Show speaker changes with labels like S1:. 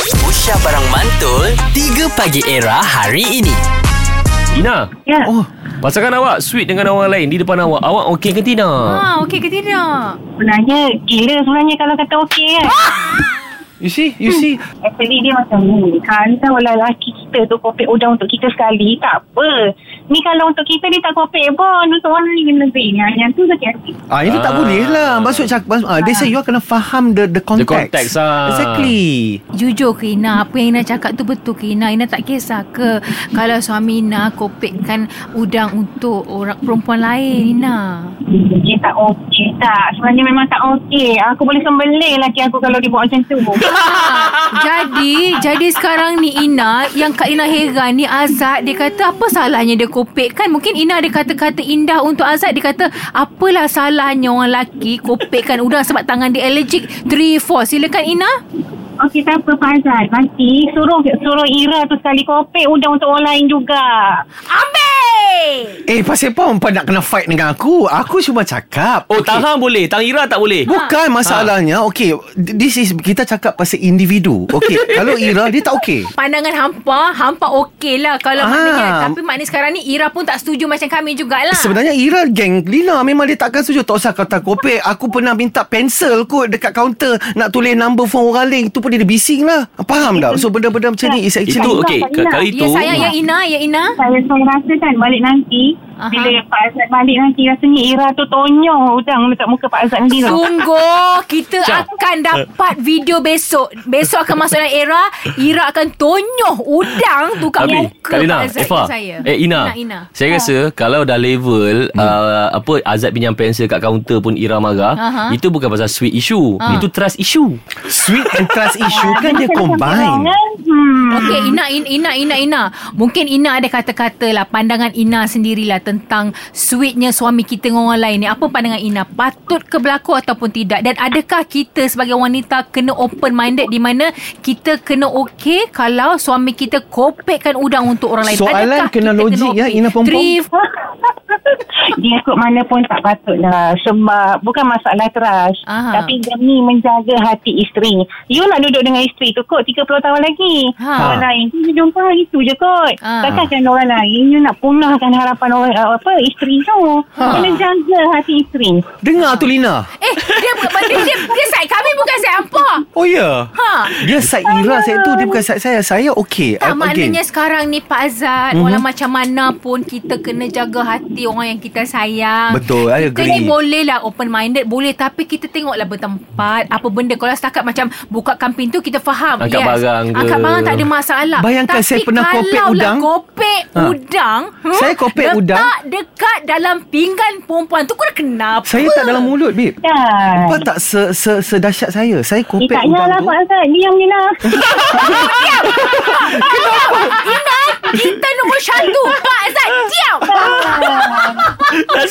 S1: Aisyah Barang Mantul 3 Pagi Era hari ini
S2: Ina
S3: Ya.
S2: Oh Pasangan awak Sweet dengan orang lain Di depan awak Awak okey ke tidak
S4: Ha, okey ke tidak?
S3: Sebenarnya gila sebenarnya kalau kata okey kan.
S2: You see You see
S3: Actually dia macam ni. Kalaulah lelaki kita tu kopek udang untuk kita sekali, tak apa. Ni kalau untuk kita dia tak kopek pun. Untuk orang lain kena zingan. Yang tu sakit hati.
S5: Ah itu tak
S2: Ah.
S5: boleh lah. Maksud cak ah, they say you all kena faham the the context.
S2: context, ah.
S5: Exactly.
S4: Jujur ke Ina Apa yang Ina cakap tu betul ke Ina Ina tak kisah ke Kalau suami Ina Kopekkan udang untuk orang perempuan lain Ina
S3: Dia tak okey tak. Sebenarnya memang tak okey. Aku boleh sembelih lelaki aku kalau dia buat macam tu.
S4: Ah, Jadi Jadi sekarang ni Ina Yang Kak Ina heran ni Azad Dia kata apa salahnya dia kopekkan Mungkin Ina ada kata-kata indah Untuk Azad Dia kata Apalah salahnya orang lelaki Kopekkan udang Sebab tangan dia allergic 3-4 Silakan Ina
S3: Okey tak apa Pak Azad. Nanti suruh suruh Ira tu sekali kopek udang untuk orang lain juga.
S4: Ambil
S5: Eh pasal apa hangpa nak kena fight dengan aku? Aku cuma cakap.
S2: Oh Ah.
S5: Okey.
S2: Tahang boleh Tang Ira tak boleh
S5: Bukan masalahnya. Okey, this is kita cakap pasal individu. Okey, kalau Ira dia tak okey.
S4: pandangan hampa hampa okey lah kalau
S5: Ah.
S4: maknanya tapi maknanya sekarang ni Ira pun tak setuju macam kami jugalah
S5: Sebenarnya Ira geng Lina Memang dia takkan setuju Tak usah kata kopek Aku pernah minta pensel kot Dekat kaunter Nak tulis number phone orang lain Itu pun dia dah bising lah Faham tak? So benda-benda macam ni Is
S2: Itu
S5: actually
S3: Tahang
S2: okey
S3: tak
S2: ka-
S3: Ina.
S2: Kalau
S4: ya
S2: itu
S4: sayang ya Ina ya Ina
S3: Saya saya rasa kan balik nanti
S4: Aha.
S3: bila Pak Azad balik nanti rasanya Ira tu tonyo udang letak muka Pak Azad nanti tau.
S4: Sungguh Kita
S2: Syah.
S4: akan dapat video besok Besok akan masuk dalam era Ira akan tonyoh udang tu kat
S2: Tapi
S4: muka
S2: Kalina
S4: Pak Azad
S2: Eva
S4: saya.
S2: Eh Ina,
S4: Ina, Ina. Ah. Hmm.
S2: Saya rasa Kalau dah level uh, Apa Azad pinjam pensel Kat kaunter pun Ira marah
S4: Aha.
S2: Itu bukan pasal sweet issue
S4: Ah.
S2: Itu trust issue
S5: Sweet and trust issue Kan dia
S3: Macam
S5: combine
S3: orang, Hmm.
S4: Okey Ina, In- Ina Ina Ina Mungkin Ina ada kata-kata lah Pandangan Ina sendirilah Tentang sweetnya suami kita dengan orang lain ni Apa pandangan Ina Patut ke berlaku ataupun tidak Dan adakah kita sebagai wanita Kena open minded Di mana kita kena okey Kalau suami kita kopekkan udang untuk orang lain
S5: Soalan kena
S4: kita
S5: logik ya,
S4: okey?
S5: Ina Pompom.
S4: Three,
S3: dia ikut mana pun tak patut lah sebab bukan masalah teras
S4: Aha.
S3: tapi demi menjaga hati isteri you nak duduk dengan isteri tu kot 30 tahun lagi
S4: Ha.
S3: orang lain tu you jumpa itu je kot
S4: Ha.
S3: takkan orang lain you nak punahkan harapan orang eh, apa isteri tu
S4: Ha.
S3: kena jaga hati isteri
S5: Dengar tu Lina
S4: Eh dia bukan dia, dia, dia side kami bukan side hampa
S5: Oh ya yeah.
S4: Ha
S5: Dia side Ira Saya tu Dia bukan side saya Saya Ah, okey Mhm.
S4: Tak
S5: I'm okay.
S4: maknanya sekarang ni Pak Azad mm-hmm. Walau macam mana pun Kita kena jaga hati orang yang kita sayang
S5: Betul, I
S4: Kita
S5: agree.
S4: ni boleh lah open minded Boleh tapi kita tengoklah bertempat Apa benda Kalau setakat macam Bukakan pintu kita faham
S2: Angkat barang ke.
S4: Angkat barang tak ada masalah
S5: Bayangkan
S4: tapi
S5: saya pernah kopek
S4: kalau
S5: udang.
S4: lah kopek
S5: Ha.
S4: udang hmm,
S5: Saya kopek
S4: letak
S5: udang.
S4: Letak dekat dalam pinggan perempuan tu Kau dah kenapa
S5: Saya tak dalam mulut babe
S3: kan
S5: Apa tak se, se, sedahsyat saya Saya
S3: Eh,
S5: kopek
S3: tak
S5: udang
S3: payahlah
S5: tu
S3: Pak Azad Diam je lah
S4: Ina Kita nombor satu Pak Azad Diam
S6: 3